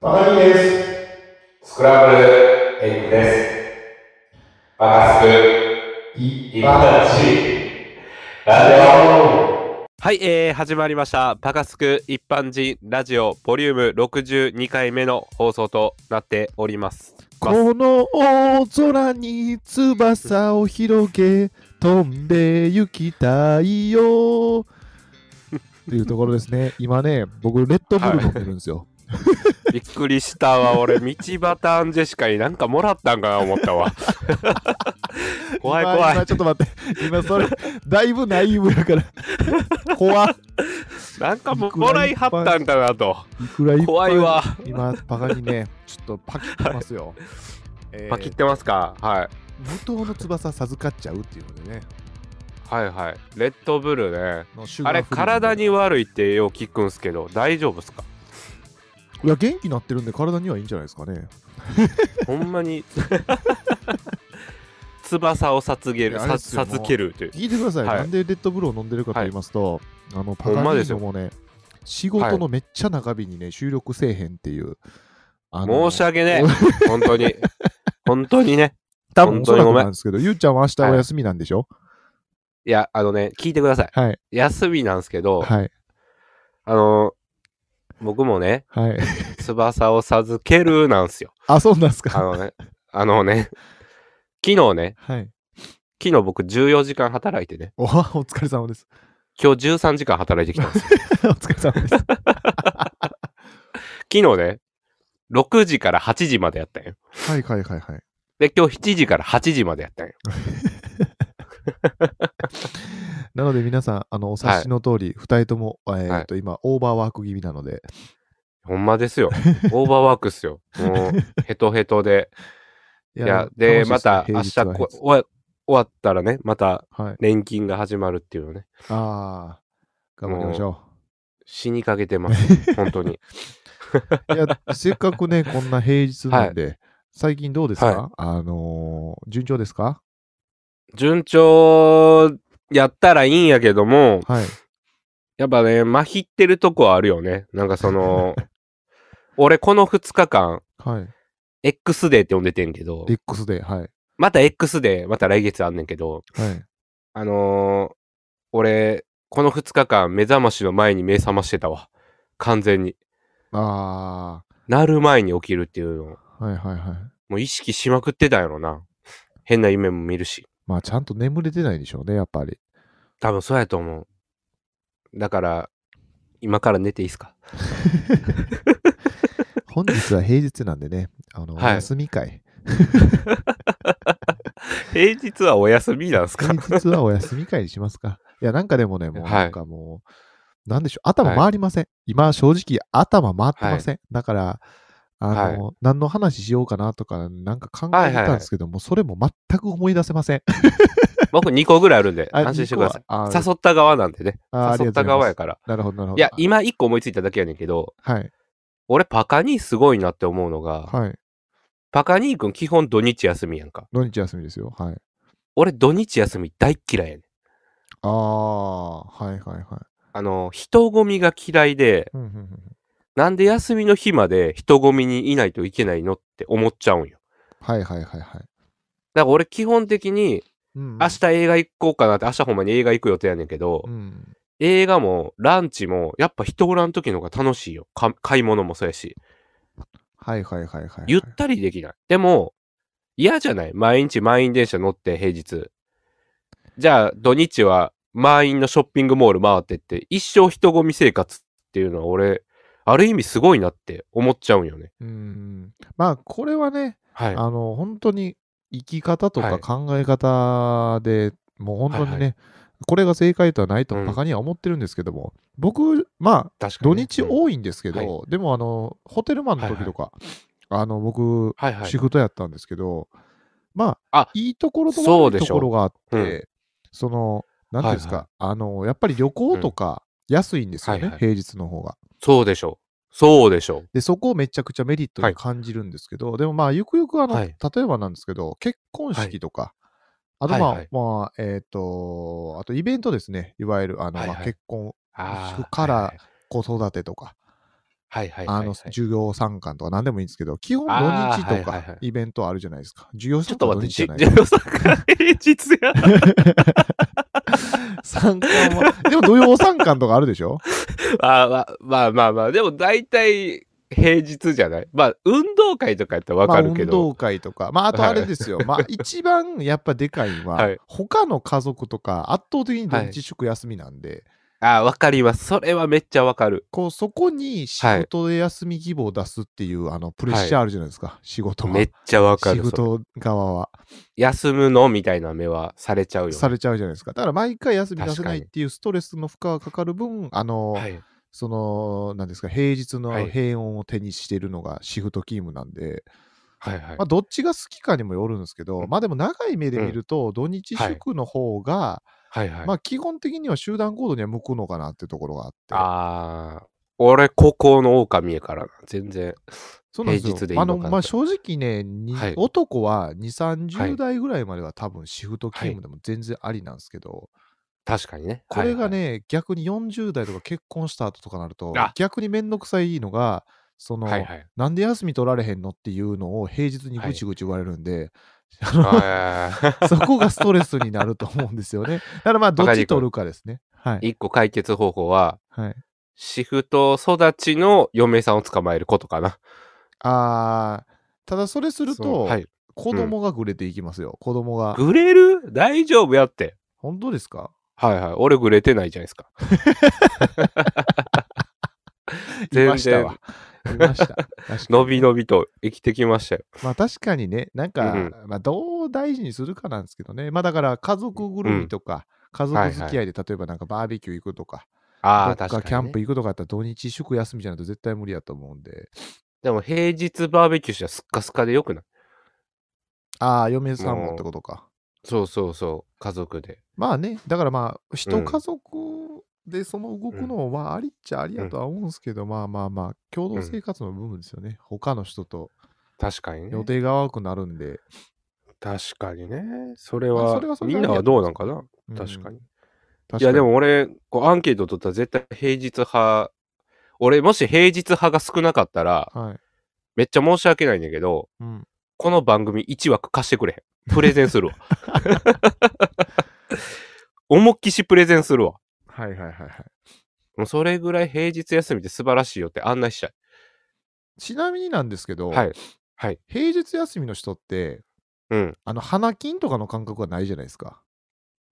バカニです。スクランブルエッグです。バカスク、い、いたち、ラジオはい、えー、始まりました。パカスク一般人ラジオボリューム62回目の放送となっております。この大空に翼を広げ飛んで行きた いよっていうところですね。今ね、僕、レッドブル飲んでるんですよ。びっくりしたわ。俺、道端アンジェシカになんかもらったんかな思った わ。 怖い今怖今いち。ょっと待って。今それ、だいぶナイーブやから。 怖っなんかももらいはったんかなと。いくらいっぱ怖いわ。今、パカにね、ちょっとパキってま すよ。えーパキってますか、はい、無糖の翼授かっちゃうっていうのでね。はいはい。レッドブルね。のシュガあーれ、フリーの体に悪いってよう聞くんすけど、大丈夫っすかいや、元気になってるんで、体にはいいんじゃないですかね。ほんまに。 翼を授ける、いやあれさっすよ授けるという。聞いてください、はいなんでレッドブルを飲んでるかと言いますと、あのパほんまガニでーすよノもね、仕事のめっちゃ中日にね、収録せえへんっていう。あの申し訳ね え。本当に。本当にね。多分本お当そにらごくめんなんですけど、ゆうちゃんは明日お休みなんでしょいや、あのね、聞いてください。はい、休みなんですけど、はい、あのー僕もね、はい。翼を授けるなんすよ。あ、そうなんですあか。のね、あのね、昨日ね、はい。昨日僕14時間働いてね、おはお疲れ 様です。今日13時間働いてきた んですよ。お疲れ様です。昨日ね、6時から8時までやったんよ。はいはいはいはい。で、今日7時から8時までやったんよ。なので皆さん、あのお察しの通り、二人とも、えーっと今、オーバーワーク気味なので、ほんまです よ。オーバーワークっすよ。もう、ヘトヘトで。いいや、で、また明楽しい日すねこ平日は平日終わ終わったらね、またはい。年金が始まるっていうのね、ああ、頑張りましょう。死にかけてます、本当に。いや、せっかくね、こんな平日なんで、最近どうですか、はあのー順調ですか順調やったらいいんやけども、はい。やっぱね、まひってるとこはあるよね。なんかその、俺この2日間、はい。 X デーって呼んでてんけど、 X で、はい。また X デー、また来月あんねんけど、はい。あのー俺、この2日間、目覚ましの前に目覚ましてたわ。完全に。あなる前に起きるっていうのを。ー、はいはいはい。もう意識しまくってたんやろな。変な夢も見るし。まあ、ちゃんと眠れてないんでしょうね、やっぱり。多分そうやと思う。だから、今から寝ていいっすか本日は平日なんでね、あの、はい休み会。平日はお休みなんす平日はお休み会にしますか。いや、なんかでもね、もう、はいなんかもう、なんでしょう、頭回りません。今、正直、頭回ってません。だから、あの、何の話しようかなとか、なんか考えてたんですけども、それも全く思い出せません。僕2個ぐらいあるんで、あ安心してください。二個はあー誘った側なんでね。あーあり誘がっとたうございます側やから。なるほど、なるほど。いや、今1個思いついただけやねんけど、はい、俺パカニーすごいなって思うのが、はい。パカニーくん基本土日休みやんか。土日休みですよ。はい。俺土日休み大っ嫌いやねん。ああ、はいはいはい。あの、人混みが嫌いで、うんうんうんなんで休みの日まで人混みにいないといけないのって思っちゃうんよ。はいはいはいはい。だから俺基本的にうんうん明日映画行こうかなって、明日ほんまに映画行く予定やねんけど、うん。映画もランチもやっぱ人おらん時の方が楽しいよ。か買い物もそうやし。はいはいはいはい。ゆったりできない。でも、嫌じゃない毎日満員電車乗って平日。じゃあ土日は満員のショッピングモール回ってって、一生人混み生活っていうのは俺、ある意味すごいなって思っちゃうんよね。うんうん。まあ、これはね、はい。あの、本当に生き方とはかい考え方で、もう本当にはね、いはこれが正解とはないとうんバカには思ってるんですけども、僕、まあ、確か土にね。日うん多いんですけど、でも、あの、ホテルマンの時とか、あの、僕、はいはいシ。フトやったんですけど、まあ、あいいところとそう悪でいしょところがあって、そ,、うんの、なんていうんですか、はあの、やっぱり旅行とか安いんですよね、はいはい平日の方が。そうでしょう。そうでしょう。で、そこをめちゃくちゃメリットはいに感じるんですけど、でもまあ、ゆくゆくあの、はい例えばなんですけど、結婚式とか、あとまあ、はいはいまあ、えっ、と、あとイベントですね、いわゆる、あの、はいはいまあ、結婚あーそこからはいはい子育てとか、はいはいはい、あはのい。授業参観とか何でもいいんですけど、基本土あー日とはいはいはかイベントあるじゃないですか。授業ちょ参っと観は待土って、日じじゃない授業参観平日や。参観は。 でも土曜参観とかあるでしょ あまあまあまあまあ、でも大体平日じゃないまあ、運動会とかやったらわかるけまあ、運ど。動会とか、まあ、あとあれですよ、まあ、一番やっぱでかいのは、はい他の家族とか圧倒的に土日祝休みなんで、あわかります。それはめっちゃわかる。こうそこに仕事で休み希望を出すっていう、あのプレッシャーあるじゃないですか、仕事はめっちゃわか仕る。それ事側は休むのみたいな目はされちゃうよね。されちゃうじゃないですかだから毎回休み出せないっ確かにていうストレスの負荷がかかる分あの、はい。そのなんですか平日のはい平穏を手にしているのがシフト勤務なんで、はいはいまあ、。どっちが好きかにもよるんですけど、うんまあでも長い目で見ると、土日はい祝の方が、はいはい。まあ基本的には集団行動には向くのかなってところがあって。ああ、俺、孤高の狼やからな、全然。そうなんですよ平日でいいのかなあの、まあ正直ね、にはい男は2、は30い代ぐらいまでは多分シフト勤務でも全然ありなんですけど、確かにね。これがはいはい、ね、逆に40代とか結婚した後とかなるとあ、逆にめんどくさいのが、その、はいはい。なんで休み取られへんのっていうのを平日にぐちぐち言われる んで、あの あーそこがストレスになると思うんですよね。だからまあ、どっち取るかですね。はい。一個解決方法は、はい、シフト育ちの嫁さんを捕まえることかな。あーただそれするそうと、はい、子供がぐれていきますよ。子供が。グレる大丈夫やって。本当ですかはいはい。俺、グレてないじゃないです か。い全然ましたわ。いました。確かにのびのびと生きてきましたよ。まあ確かにね、なんか、うんまあどう大事にするかなんですけどね。まあだから家族ぐるみとか、家族付き合いで例えばなんかバーベキュー行くとか、ああ、どっ確かかに、ね。キャンプ行くとかやったら土日祝休みじゃないと絶対無理やと思うんで。でも、平日バーベキューしたらすっかすかでよくないああ、嫁さんもってことか。そうそうそう。家族で。まあね、だからまあ、う人ん家族でその動くのはありっちゃありやとは思うんですけど、まあまあまあ、共同生活の部分ですよね。他の人と確かにね。予定が合わなくなるんで。確かにね。それまあは、それはそれみでんなはどうなんかなうん確かに。。確いかにや、でも、俺、こうアンケート取ったら絶対平日派、俺、もし平日派が少なかったら、はい。めっちゃ申し訳ないんだけど、うん、この番組1枠貸してくれへん。プレゼンするわ。思いっきしプレゼンするわ。はいはいはいはい。もうそれぐらい平日休みって素晴らしいよって案内しちゃちなみになんですけど、う。はい。はい。平日休みの人って、うん。あの、花金とかの感覚はないじゃないですか。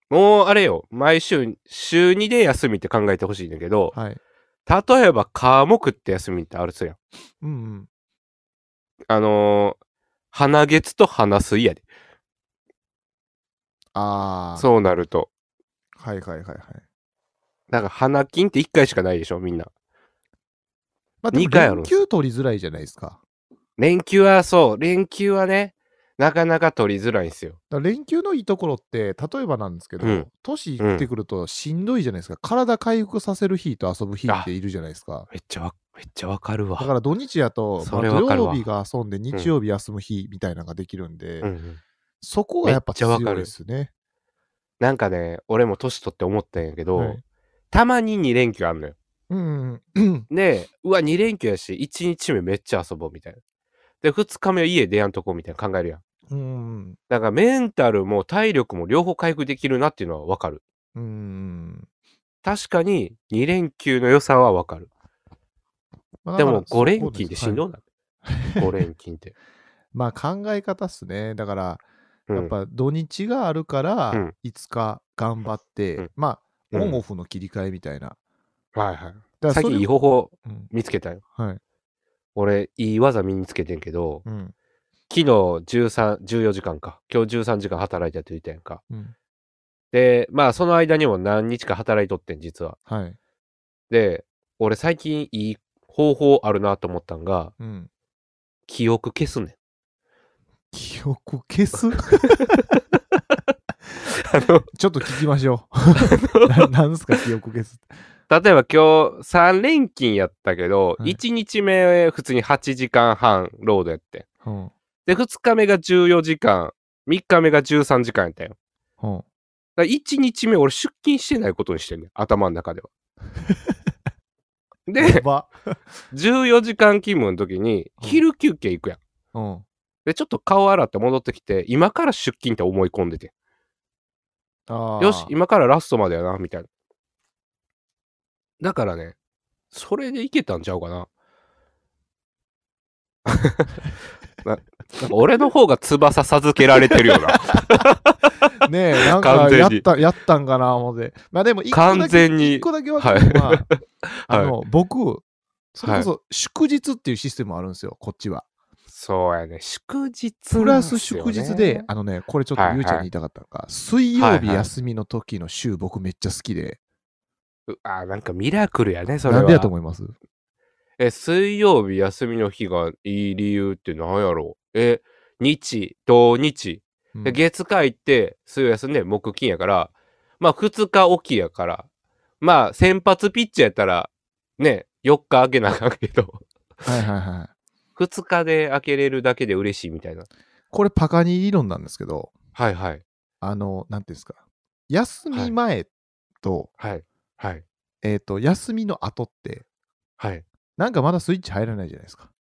もう、あれよ。毎週、週2で休みって考えてほしいんだけど、はい。例えば、科目って休みってあるそうやん。うんうん。あのー、花月と花水やで。ああ、そうなると。はいはいはいはい。だから花金って1回しかないでしょ、みんな。まあ、でも二回あるん連ですよ休取りづらいじゃないですか。連休はそう、連休はね、なかなか取りづらいんですよ。だから連休のいいところって、例えばなんですけど、うん年いってくるとしんどいじゃないですか。体回復させる日と遊ぶ日っているじゃないですか。めっちゃわ、めっちゃわかるわ。だから土日やと、まそあ、れ土わかる曜わ日が遊んで、日曜日休む日みたいなのができるんで、うんうん、そこがやっぱ強いですね。なんかね、俺も年取って思ったんやけど、はいたまに2連休あんのよ。うんうん。で、うわ、2連休やし、1日目めっちゃ遊ぼうみたいな。で、2日目は家出やんとこみたいな考えるやん。うん。だからメンタルも体力も両方回復できるなっていうのはわかる。うん。確かに2連休の良さはわか る。まあでだもから5連勤ってしんそうどない、?5 連勤って。まあ考え方っすね。だから、うんやっぱ土日があるから、うんいつか頑張って、うんまあ、うんオンオフの切り替えみたいな。はいはい。だから最それ近いい方法うん見つけたよ。はい。俺、いい技身につけてんけど、うん。昨日13、14時間か。今日13時間働いたって言ったやんか。うん。で、まあその間にも何日か働いとってん、実は。はい。で、俺最近いい方法あるなと思ったんが、うん。記憶消すねん。 記憶消すあの、 ちょっと聞きましょう。 ななんすか、記憶消すって。例えば今日3連勤やったけど、はい1日目普通に8時間半ロードやってん。うん。で、2日目が14時間、3日目が13時間やったよ。うん。 だ1日目俺出勤してないことにしてんねん頭の中では。やで、ば。 14時間勤務の時に、うん昼休憩行くやん。うん。で、ちょっと顔洗って戻ってきて、今から出勤って思い込んでて。あーよし、今からラストまでやな、みたいな。だからね、それでいけたんちゃうかな。 ななんか俺の方が翼授けられてるよな。ねえ、なんか完全やっにた、やったんかな、思って。まあでも、一個だけ完全に一個だけ分かるのは、あ の、僕、それこそ祝日っていうシステムあるんですよ、こっちは。 そうやね、祝日、プラス祝日で、、あのね、これちょっとはいはいゆうちゃんに言いたかったのが、水曜はい日はい休みの時の週、僕めっちゃ好きで、うあ、なんかミラクルやね、それは。なんでやと思いますえ、水曜日休みの日がいい理由って何やろうえ、日、土日。うんで月火行って、水曜休んで、木金やから、まあ2日起きやから、まあ先発ピッチャーやったら、ね、4日開けなあかんけど、 はいはいはい。 2日で開けれるだけで嬉しいみたいな。これパカニ理論なんですけど、はいはい。あの、なんていうんですか、休み前と、はい。はい。えっと、休みの後って、はい。なんかまだスイッチ入らないじゃないですか。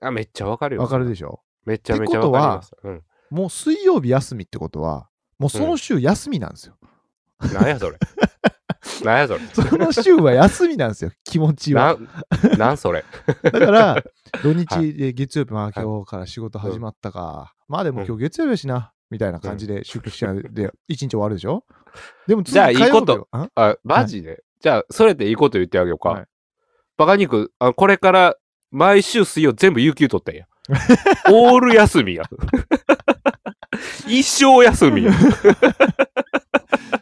あ、めっちゃわかるよ。わかるでししょょ。めちゃめちゃわかります。うん。もう水曜日休みってことは、もうその週休みなんですよ。 なんや それ。なんやそれ。その週は休みなんですよ、 気持ちは。なん、なんそれ。だから、土日 はで月曜日、まあ今日から仕事始まったか、まあでも今日月曜日やしな、みたいな感じで出勤しちゃうで、一日終わるでしょでも次じゃあいい火曜日ことよ。んあ、マジで、じゃあ、それでいいこと言ってあげようか。はいバカ肉、あこれから毎週水曜全部有給取 ったんや。オール休みや。一生休 みや。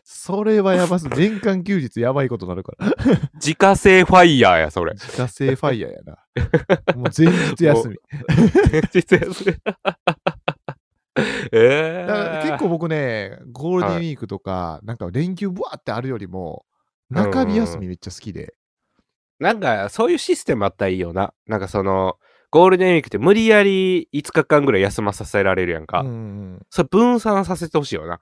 それはやばす。全館休日やばいことになるから。自家製ファイヤーや、そ れ。自家製ファイヤーや な。もう前日休み。実やそれえだからー、結構僕ね、ゴールデンウィークとか、なんか連休ぶわってあるよりも、うんうんうん中日休みめっちゃ好きで。なんかそういうシステムあったらいいよな。なんかそのゴールデンウィークって無理やり5日間ぐらい休まさせられるやんか。うんうんそれ分散させてほしいよな。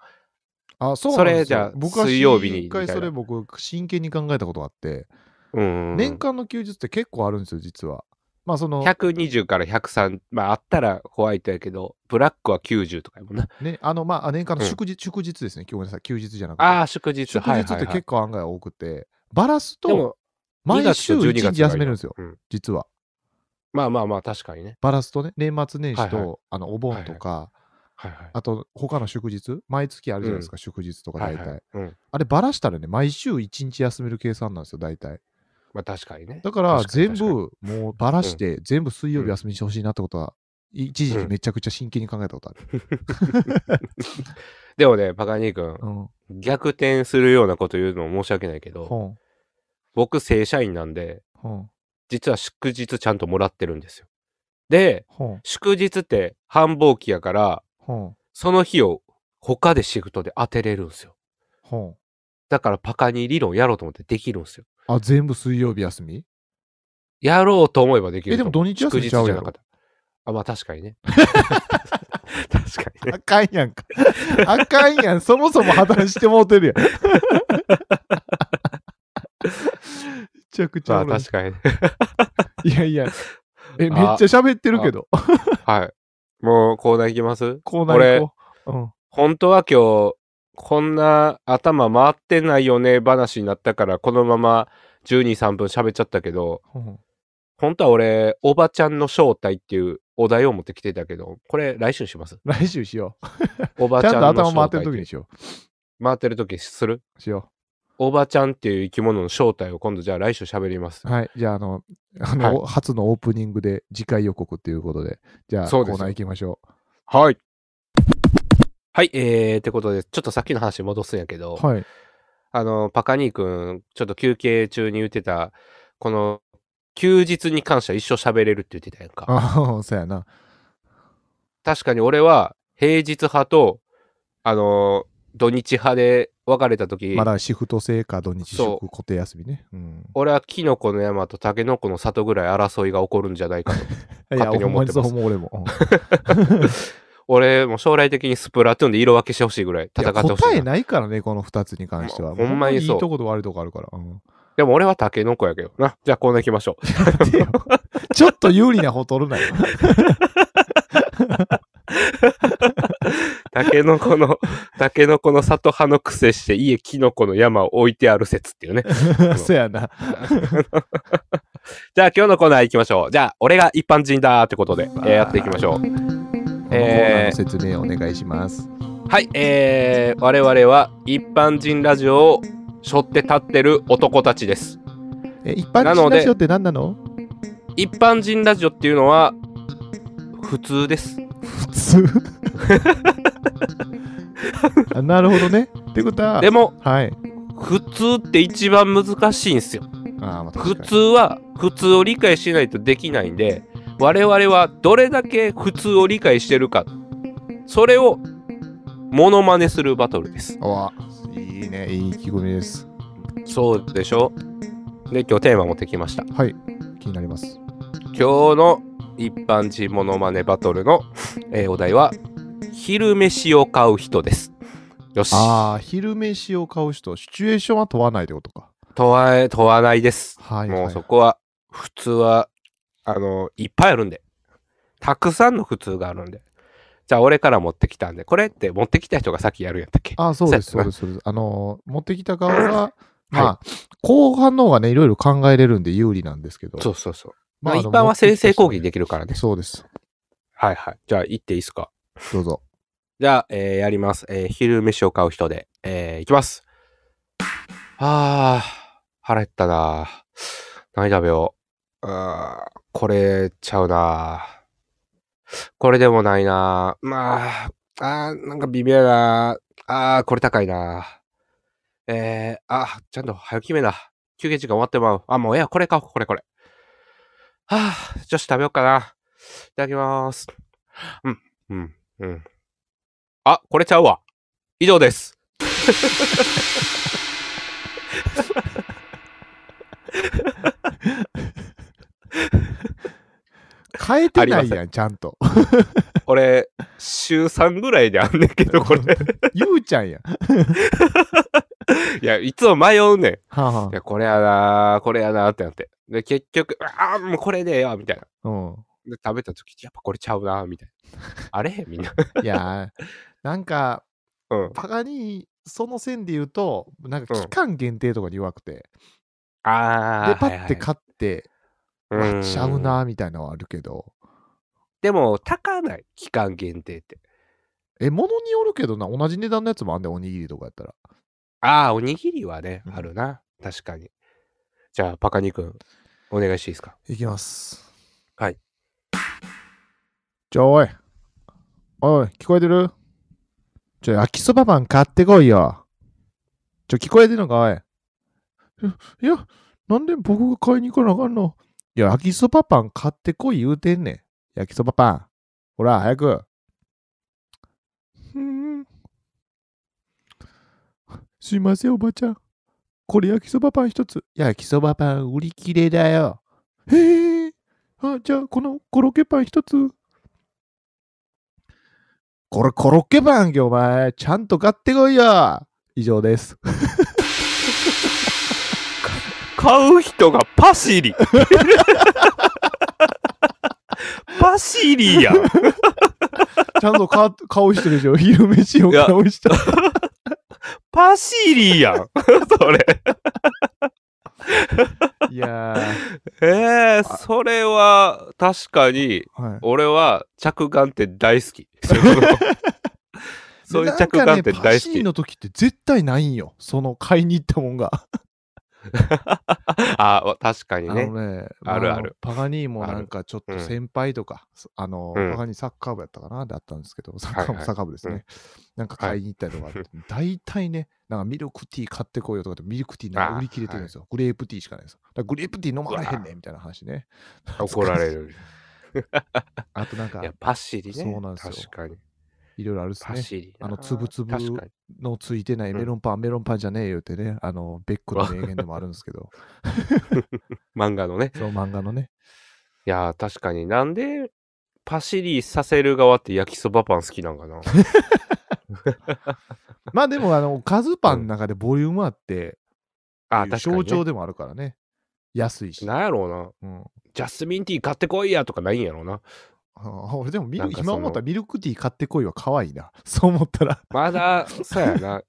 あ、そうなんですよそれじゃあ僕は水曜日に一回それ僕、真剣に考えたことがあって、うんうん。年間の休日って結構あるんですよ、実は。まあ、その、 120から103、まああったらホワイトやけど、ブラックは90とかやもんな。ね、あの、まあ、年間のうん祝日、祝日ですね、今日ごめんなさい、休日じゃなくて。ああ、祝日。祝はい日はっいてはい結構案外多くて、バラすでと、も、2毎月週と12月1日休めるんですよ、がいいなうん実は。まあまあまあ、確かにね。バラすとね、年末年始と、はいはあの、お盆とか、はいはい。あと、他の祝日、毎月あるじゃないですか、祝日とかは大い体。はい。うん。あれ、ばらしたらね、毎週1日休める計算なんですよ、大体。まあ確かにね。だから、確かに全部、もうばらして、全部水曜日休みにしてほしいなってことは、一時期めちゃくちゃ真剣に考えたことある。でもね、パカニー君、うん。逆転するようなこと言うのも申し訳ないけど、ほん。僕、正社員なんで、ほん。実は祝日ちゃんともらってるんですよ。で、ほん。祝日って繁忙期やから、ほん。その日を他でシフトで当てれるんですよ。ほん。だからパカニー理論やろうと思ってできるんですよ。あ、全部水曜日休みやろうと思えばできるえ、とでも思う。土日休祝み日ちじゃゃうやなろかっ。た。あ、まあ確かに ね。確かにね。あかんやんか。 あかんやん。そもそも破綻してもうて るやん。めちゃくち ゃまおあもろい確かにね。いやいや。え、めっあちゃ喋ってるけど。はい。もうコーナーいきますコーナー行こう。うん。本当は今日、こんな頭回ってないよね話になったから、このまま12、3分喋っちゃったけど、うん本当は俺、おばちゃんの正体っていうお題を持ってきてたけど、これ来週にします。来週しよう。おばちちゃゃんんとの頭正体回ってる時に時しよ回ってる時にするう。しよおばちゃんっていう生き物の正体を今度じゃあ来週喋りますう。。はい。じゃあ、あの、あの初のオープニングで次回予告ということで、じゃあ、コそうですーナー行きましょはい。はい、えー、ってことで、ちょっとさっきの話に戻すんやけど、う。はい。あの、パカニー君、ちょっと休憩中に言ってた、この、休日に関しては一生喋れるって言ってたやんか。ああ、 そうやな。確かに俺は、平日派と、あの、土日派で分かれた時、まだシフト制か土日そ食固定休みね。うん。俺はキノコの山とタケノコの里ぐらい争いが起こるんじゃないかと。 いや、勝手にほん思まってにそまうす思う、俺も。うん俺も将来的にスプラトゥーンで色分けして ほしいぐらい戦ってほしいな。答えないからね、この2つに関しては。ほんまにそういいとこと悪いとこあるから。うんでも俺はタケノコやけどな。じゃあコーナー行きましょう。ってよちょっと有利な方取る なよ。 タケノコの、タケノコの里派の癖して家キノコの山を置いてある説 っていうね。そやな。じゃあ今日のコーナー行きましょう。じゃあ俺が一般人だーってことで、えーやっていきましょう。えーこのコーナーの説明をお願いします。はい、えー、我々は一般人ラジオを背負って立ってる男たちです。え、一般な人のでラジオって何なの一般人ラジオっていうのは普通です。普 通あなるほどね。ってことは、でもはい。普通って一番難しいんですよ。あーまあ、普確かに通は普通を理解しないとできないんで我々はどれだけ普通を理解してるかそれをモノマネするバトルです。おわいいね、いい意気込みです。そうでしょで今日テーマ持ってきました。はい、気になります。今日の一般人モノマネバトルの、えーお題は「昼飯を買う人」です。よしああ、昼飯を買う人、シチュエーションは問わないってことか。問わえ問わないです。はい、もはういそこは普通はあのいっぱいあるんでたくさんの普通があるんでじゃあ俺から持ってきたんでこれって持ってきた人がさっきやるんやったっけあーそうでそす、そうやうなです、そうです。あのー持ってきた側が、まあ、後半の方がね、いろいろ考えれるんで有利なんですけど。そうそうそうままあああ一の般は先制攻撃持ってできるからねそうです。はいはいじゃあ行っていいですかど うぞ。じゃあ、えーやります、えー昼飯を買う人でえー、いきますあー腹減ったなあ何食べようあーこれちゃうなあこれでもないなあまああーなんか微妙やなあーこれ高いなあえー、あちゃんと早く決めな休憩時間終わってまうあもうええやこれ買おうこれこれはあ女子食べようかないただきますうんうんうんあこれちゃうわ以上です変えてなあいりまやん、ちゃんと。俺、週3ぐらいであんねんけ ど、これ。ゆうちゃんやん。いや、いつも迷うねん。いはあはや、これやなーこれやなーってなって。で、結局、ああ、もうこれでええわ、みたいな。あ。うん。で、食べた時、やっぱこれちゃうなーみたいな。あれみんな。いやー、なんか、 うん。パガニー、その線で言うと、なんかうん期間限定とかに弱くて、ああ。で、パッて買って、はいはいわちゃう。なーみたいなのはあるけど、でも、高ない。期間限定って。え、ものによるけどな、同じ値段のやつもあんねんおにぎりとかやったら。ああ、おにぎりはねう、んあるな。確かに。じゃあ、パカニ君、お願いしていいですか。いきます。はい。ちょ、おい。おい、聞こえてるちょ、焼きそばパン買ってこいよ。ちょ、聞こえてるのか、おい。いいや、なんで僕が買いに行かなあかんのいや、焼きそばパン買ってこい言うてんねん。焼きそばパン。ほら、早く。うーん。すいません、おばちゃん。これ焼きそばパン一つ。焼きそばパン売り切れだよ。へえ。あ、じゃあ、このコロッケパン一つ。これコロッケパンけ、お前。ちゃんと買ってこいよ。以上です。買う人がパシ リ。パシリやん。ちゃんとか顔してるで しょ。昼飯をいや顔してる。パシリや んそれ。いやえー、それは確かにー。はい。俺は着眼点大好 き。そういう着眼点なんかねパ大シ好リき。の時って絶対ないんよ。その買いに行ったもんが。あ確かにあね。のね、あるあるのパガニーもなんかちょっと先輩とか、そあの、うんパガニーサッカー部やったかなであったんですけど、サッカー部、はいサッカー部ですね、うんなんか買いに行ったりとかあって、大体ね、なんかミルクティー買ってこいよとかって、ミルクティーなんか売り切れてるんですよ。グレープティーしかないんですよ。だからグレープティー飲まれへんねんみたいな話ね。怒られる。あとなんかいや、パシリね。そうなんですよ確かに。いろいろあるっすパね。シリ。あの粒々確かに。のついてないメロンパン、メロンパンじゃねえよってね、あの、ベックの名言でもあるんですけど、漫画のね。その漫画のね。いやー、確かになんでパシリさせる側って焼きそばパン好きなんかな。まあでも、あの、おかずパンの中でボリュームあって、あ、いう確かに、象ね。徴でもあるからね。安いし。なんやろうな。うん、ジャスミンティー買ってこいやとかないんやろうな。あ俺でもミルなんかそ今の思ったらミルクティー買ってこいは可愛いな。 そう思ったら。まだ、そうやな。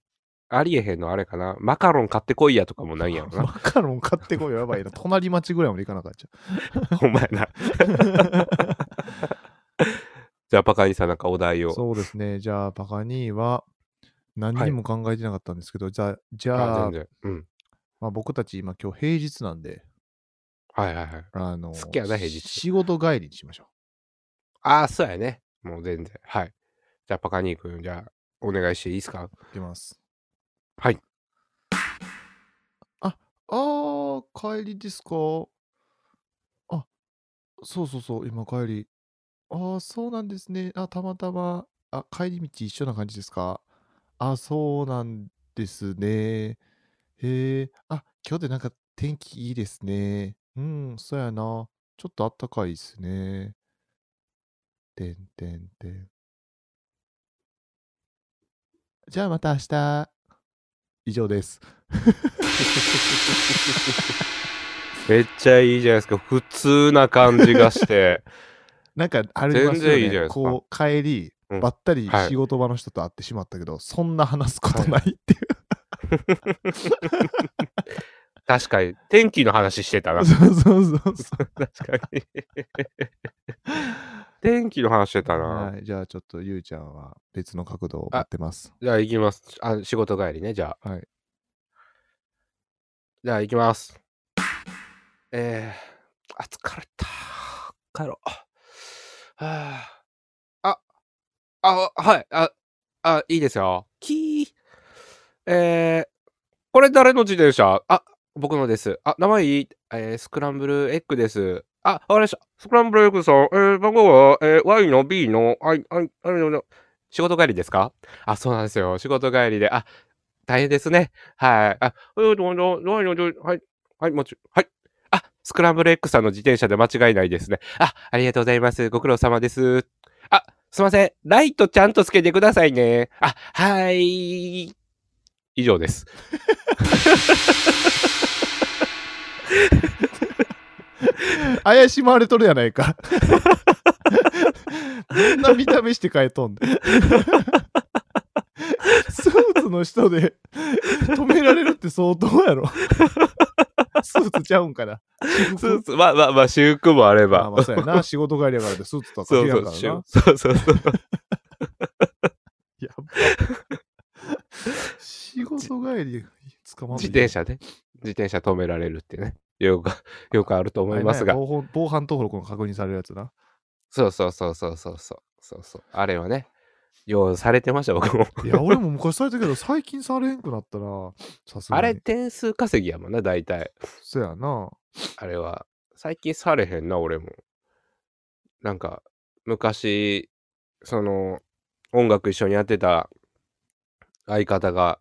ありえへんのあれかな。マカロン買ってこいやとかもないんや ろ マカロン買ってこいはやばい な。隣町ぐらいまで行かなかっちゃな。ほんまや な。じゃあ、パカニさんなんかお題う。を。そうですね。じゃあ、パカニーは何にも考えてなかったんですけど、じゃあ、じゃあ全然。うん。まあ、僕たち今今日平日なんで、はいはいはい。あの、好きやな平日仕事帰りにしましょああ、そうやね。もう全然。はい。じゃあ、パカニー君、じゃあ、お願いしていいですかう。いきます。はい。あー、帰りですかあ、そうそうそう、今帰り。あー、そうなんですね。あ、たまたま、あ、帰り道一緒な感じですかあ、そうなんですね。へえ、あ、今日でなんか天気いいですね。うん、そうやな。ちょっとあったかいですね。てんてんてん。じゃあまた明日。以上です。めっちゃいいじゃないですか。普通な感じがして。なんかあれます全よ然いいじゃないねですかこう帰り、うんばったりはい仕事場の人と会ってしまったけど、そんな話すことないっていう、。確かに、天気の話してたなそうそうそうそう 確かに。天気の話してたな。はい、じゃあちょっとゆうちゃんは別の角度を持ってますじゃあ行きます。あ、仕事帰りね、じゃあ。はい。じゃあ行きます。えー、あ、疲れた。帰ろう。はあ。あ、あ、はい、あ、あ、いいですよ。キー。えー、これ誰の自転車あ、僕のです。あ、名前いいえー、スクランブルエッグです。あ、わかりました。スクランブルエッグさん、えー、番号は、えー、Y の B の、I、I、I の、仕事帰りですかあ、そうなんですよ。仕事帰りで。あ、大変ですね。はい。あ、どうどうどうどうどうどうはい。はい、もちはい。あ、スクランブル X さんの自転車で間違いないですね。あ、ありがとうございます。ご苦労様です。あ、すいません。ライトちゃんとつけてくださいね。あ、はい。以上です。怪しまれとるやな いかどんな見た目して帰っとんでスーツの人で止められるって相当やろ スーツちゃうんかなスーツ、まあまあまあ、私服もあれまばあま。あそうやな仕事帰りやからでスーツとはそう限らそんうからしゅなそうそうそう。やば 仕事帰り捕まんで自転車ね。自転車止められるってね。よく、よくあると思いますあがれ。ね防犯防犯登録の確認されるやつな。そうそうそうそうそうそうそうそう。あれはね、用されてました、僕も。いや、俺も昔されたけど、最近されへんくなったな。さすが あに。れ、点数稼ぎやもんな、大体。そやな。あれは。最近されへんな、俺も。なんか、昔、その、音楽一緒にやってた相方が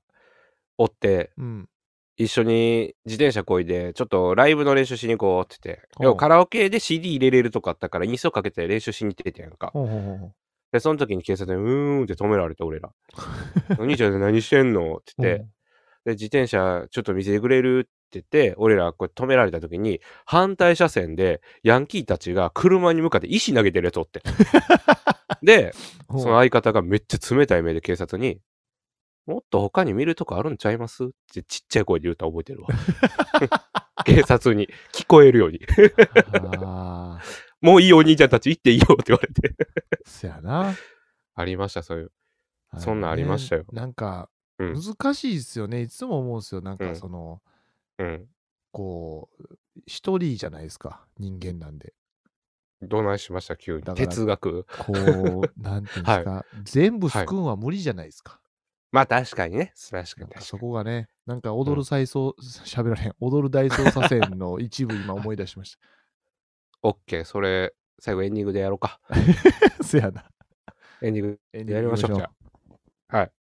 おって、うん。一緒に自転車こいで、ちょっとライブの練習しに行こうって言って、ほう要はカラオケで CD 入れれるとかあったから、インストかけて練習しに行ってたやんか。ほうほうほうほうで、その時に警察に、うーんって止められて、俺 ら。お兄ちゃん何してんのって言って、で、自転車ちょっと見せてくれるって言って、俺らこれ止められた時に、反対車線でヤンキーたちが車に向かって石投げてるやつおっ て。で、ほうその相方がめっちゃ冷たい目で警察に、もっと他に見るとこあるんちゃいますってちっちゃい声で言うた覚えてる わ。 警察に聞こえるように。ああ、もういいよお兄ちゃんたち行っていいよって言われて。そやな。ありました、そういう。あ れそんなんありましたよねなんか、うん難しいっすよね。いつも思うんですよ。なんうか、んその、うん。こう、一人じゃないですか。人間なんで。どないしました、急にだ。から哲学。こ う、なんていうんですか。全部すくんは無理じゃないですか。まあ確かにね。確かなんにか確そかに。こがね、なんか踊る再操、 喋られへん、踊る大捜査線の一部今思い出しましオッケー、それ、最後エンディングでやろうか。 た。せやな。エンディングエンでディやりングましょう、じゃあ。はい。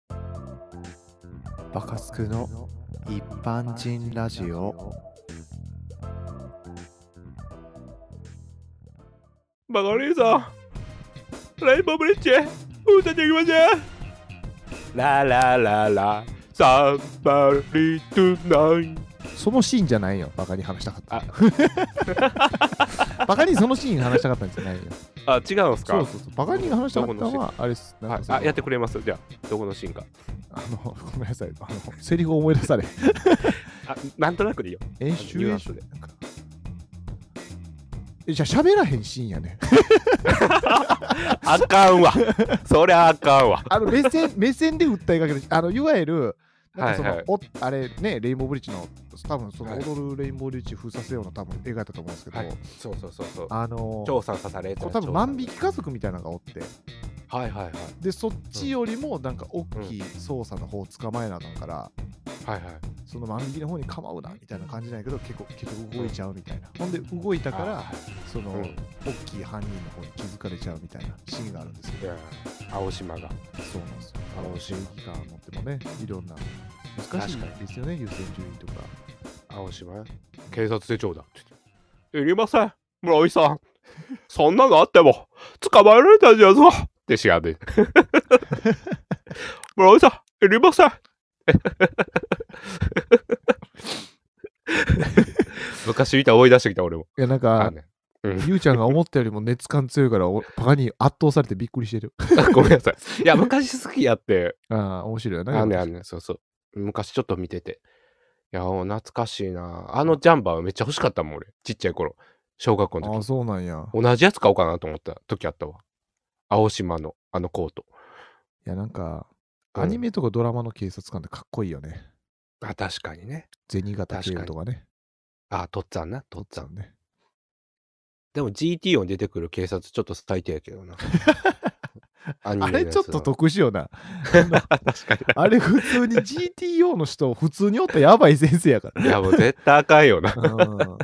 バカスクの一般人ラジオ。バカリーさん、レインボーブリッジ、歌っていきましょうララララ、サンバリトゥナイン。そのシーンじゃないよ、バカに話したかった。 バカにそのシーン話したかったんじゃないよ。あ、違うんすかそうそうそう。バカに話したかったのは、あれです。なんはかいそのあ、やってくれますじゃあ、どこのシーンか。あの、ごめんなさい。あの、セリフを思い出され。あ、なんとなくでいいよ。演ニ習ュア演ンス習でなんかえじゃあ喋らへんシーンやね。あかんわ。そりゃあかんわ。 あの目線目線で訴えかける。あのいわゆるなんかその、はいはいおあれねレインボーブリッジの多分そのはい踊るレインボーブリッジ封鎖せようの多分描いたと思うんですけど、はいそうそうそうそう。あの調査刺されたこやうつ多分万引引き家族みたいなのがおってはいはいはい。でそっちよりもなんか大きい捜査の方を捕まえなあかんから、はいはい。その万引きの方に構うなみたいな感じなんやけど結構結局動いちゃうみたいな、ほんで動いたから、あその、うん大きい犯人の方に気づかれちゃうみたいなシーンがあるんですけいど、や青島が。そうなんですよ。あの楽しい正義感持ってもね、いろんな難しい確かですよね、優先順位とか。青島警察手帳だって言って。いりません、室井さん。そんなのあっても、捕まえられたんじゃぞってしがで。 室井さん、いりません。 昔見た思い出してきた俺も。いや、なあんか、ね、ゆうちゃんが思ったよりも熱感強いから、おバカに圧倒されてびっくりしてる。ごめんなさい。いや、昔好きやって。あ あ、面白いよね。あんねんあんねん、そうそう。昔ちょっと見てて。いや、お懐かしいな。あのジャンバーめっちゃ欲しかったもん、俺。ちっちゃい頃。小学校の時あ。あ、そうなんや。同じやつ買おうかなと思った時あったわ。青島のあのコート。いや、なんか、うんアニメとかドラマの警察官ってかっこいいよね。あ、確かにね。銭形警部とかね。あ、とっつぁんな、とっつぁん。ね。でも GTO に出てくる警察ちょっと最低やけど な。ああれちょっとと。特殊よな。 確かあれ普通に GTO の人、普通におったらやばい先生やか ら。に。いや、もう絶対あかんよな。うん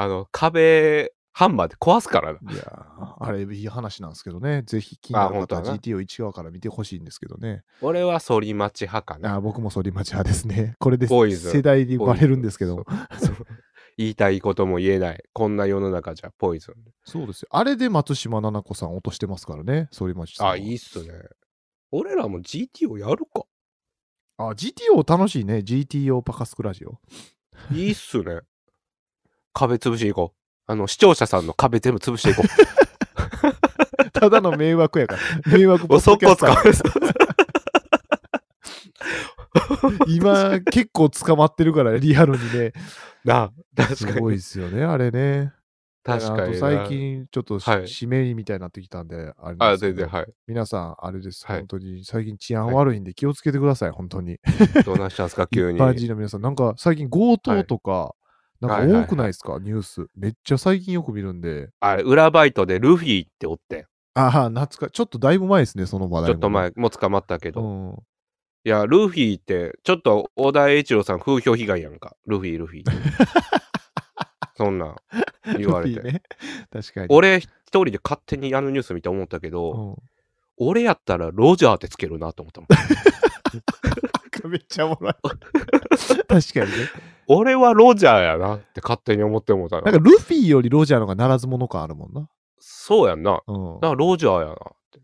あの、壁、ハンマーで壊すからな。いやーあれいい話なんですけどね、ぜひ気になるあ本当方ははな GT を1話から見てほしいんですけどね。俺は反町派かな。あー僕も反町派ですね。 これでボーイズ世代に言われるんですけど。そう。そう言いたいことも言えない。こんな世の中じゃポイズン。そうですよ。あれで松島菜々子さん落としてますからね、反町さんは。あ、いいっすね。俺らも GTO やるか。あ、GTO 楽しいね。GTO パカスクラジオ。いいっすね。壁潰しに行こう。あの、視聴者さんの壁全部潰していこただの迷惑やから。 迷惑う。もう ポッド速キャ攻スター使う。今結構捕まってるから、リアルにね。なあ、 確すかごいに。ですよね、あれね。確かにな。あと最近ちょっとし、はい締めみたいになってきたんで、あれなんあ、ですけ全ど然、はい。皆さん、あれです、はい本当に最近治安悪いんで気をつけてください、本当に。 どうなしたんすか、一急に。般人の皆さん、なんか最近強盗とか、はいなんか多くないですか、ニュース。めっちゃ最近よく見るんで。 あれ、裏バイトでルフィっておってん。ああ、懐かちょっとだいぶ前ですね、その話題ちもょっと。前、もう捕まったけうど。ん、いや、ルフィって、ちょっと小田栄一郎さん風評被害やんか。ルフィ、ルフィ。 そんなん言われルフィて。ね、 確かに。俺一人で勝手にあのニュース見て思ったけうど、ん、 俺やったらロジャーってつけるなと思ったもん。めっちゃおもろい。 確かにね。 俺はロジャーやなって勝手に思ってもうたななんかルフィよりロジャーの方がならず者感あるもんな。そうやんな。だかうん、らロジャーやなって。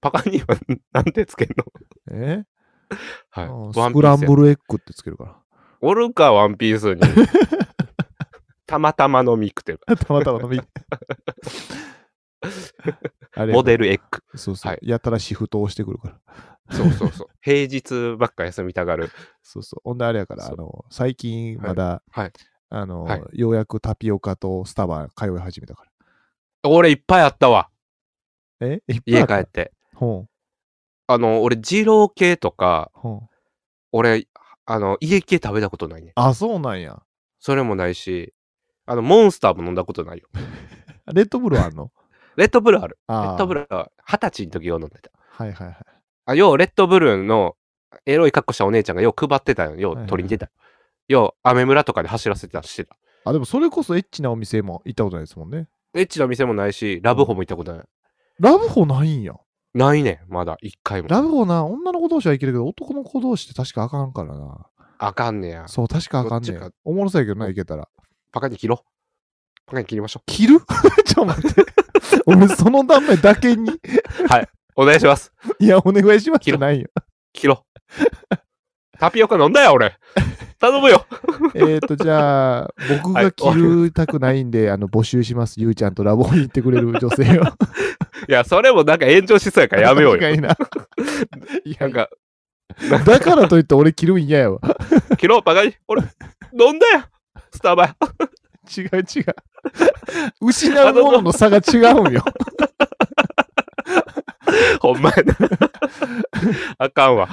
パカにはなんてつけんのえ、はい。うんワスンピクラーンスやブルエッグってつけるかおるか、ワンピースに。 たまたまのミクテル。ら。 たまた まのみ。あれモデルエッグ。そうそう、はいやたらシフトをしてくるから。 そうそうそう。平日ばっか休みたがる。そうそう。ほんであれやから、あそうの、最近まだ、はいあの、はいようやくタピオカとスタバ通い始めたか俺いっぱいあったわ。ら。えいっぱいあ家っ帰たって。ほん、あの、俺、二郎系とか、ほん。俺、あの、家系食べたことないね。あ、そうなんや。それもないし、あの、モンスターも飲んだことないよ。 レッドブルはあんのレッドブル ある。レあーッドブルは二十歳の時を飲んでた。はいはいはい。あ、よう、レッドブルーのエロい格好したお姉ちゃんがよう配ってたよ。よはいはう、い取りに出たよ。よう、アメ村とかで走らせてたりしてた。あ、でもそれこそエッチなお店も行ったことないですもんね。エッチな店もないし、ラブホも行ったことない。ラブホないんや。ないねん、まだ、一回も。ラブホな、女の子同士はいけるけど、男の子同士って確かあかんからな。あかんねや。そう、確かあかんねどっちんか。おもろそうやけどな、いけたら。パカに切ろう。パカに切りましょ着る ちょ、待って。俺、その断面だけに。う。お願いします。いや、お願いします着じろゃないよ。切ろう。タピオカ飲んだよ、俺。頼むよ。えっと、じゃあ、僕が着るたくないんで、あの、募集します。ゆうちゃんとラボに行ってくれる女 性を。いや、それもなんか炎上しそうやからやめよ うよ。確かにな。いなんか、や、だからといって俺着るん嫌やわ。 昨日バカに、俺、飲んだよ。スタバ。違う違う。失うものの差が違う んよ。ほんまやな。あかんわ。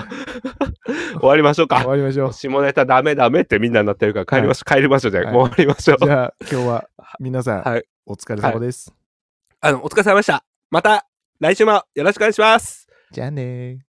終わりましょう終か。わりましょう。下ネタダメダメってみんなになってるから帰りましょう。帰りましょうじゃない。はいもう終わりましょう。じゃあ、今日は皆さん、はいお疲れ様です。あの、お疲れ様でした。また来週もよろしくお願いします。じゃあねー。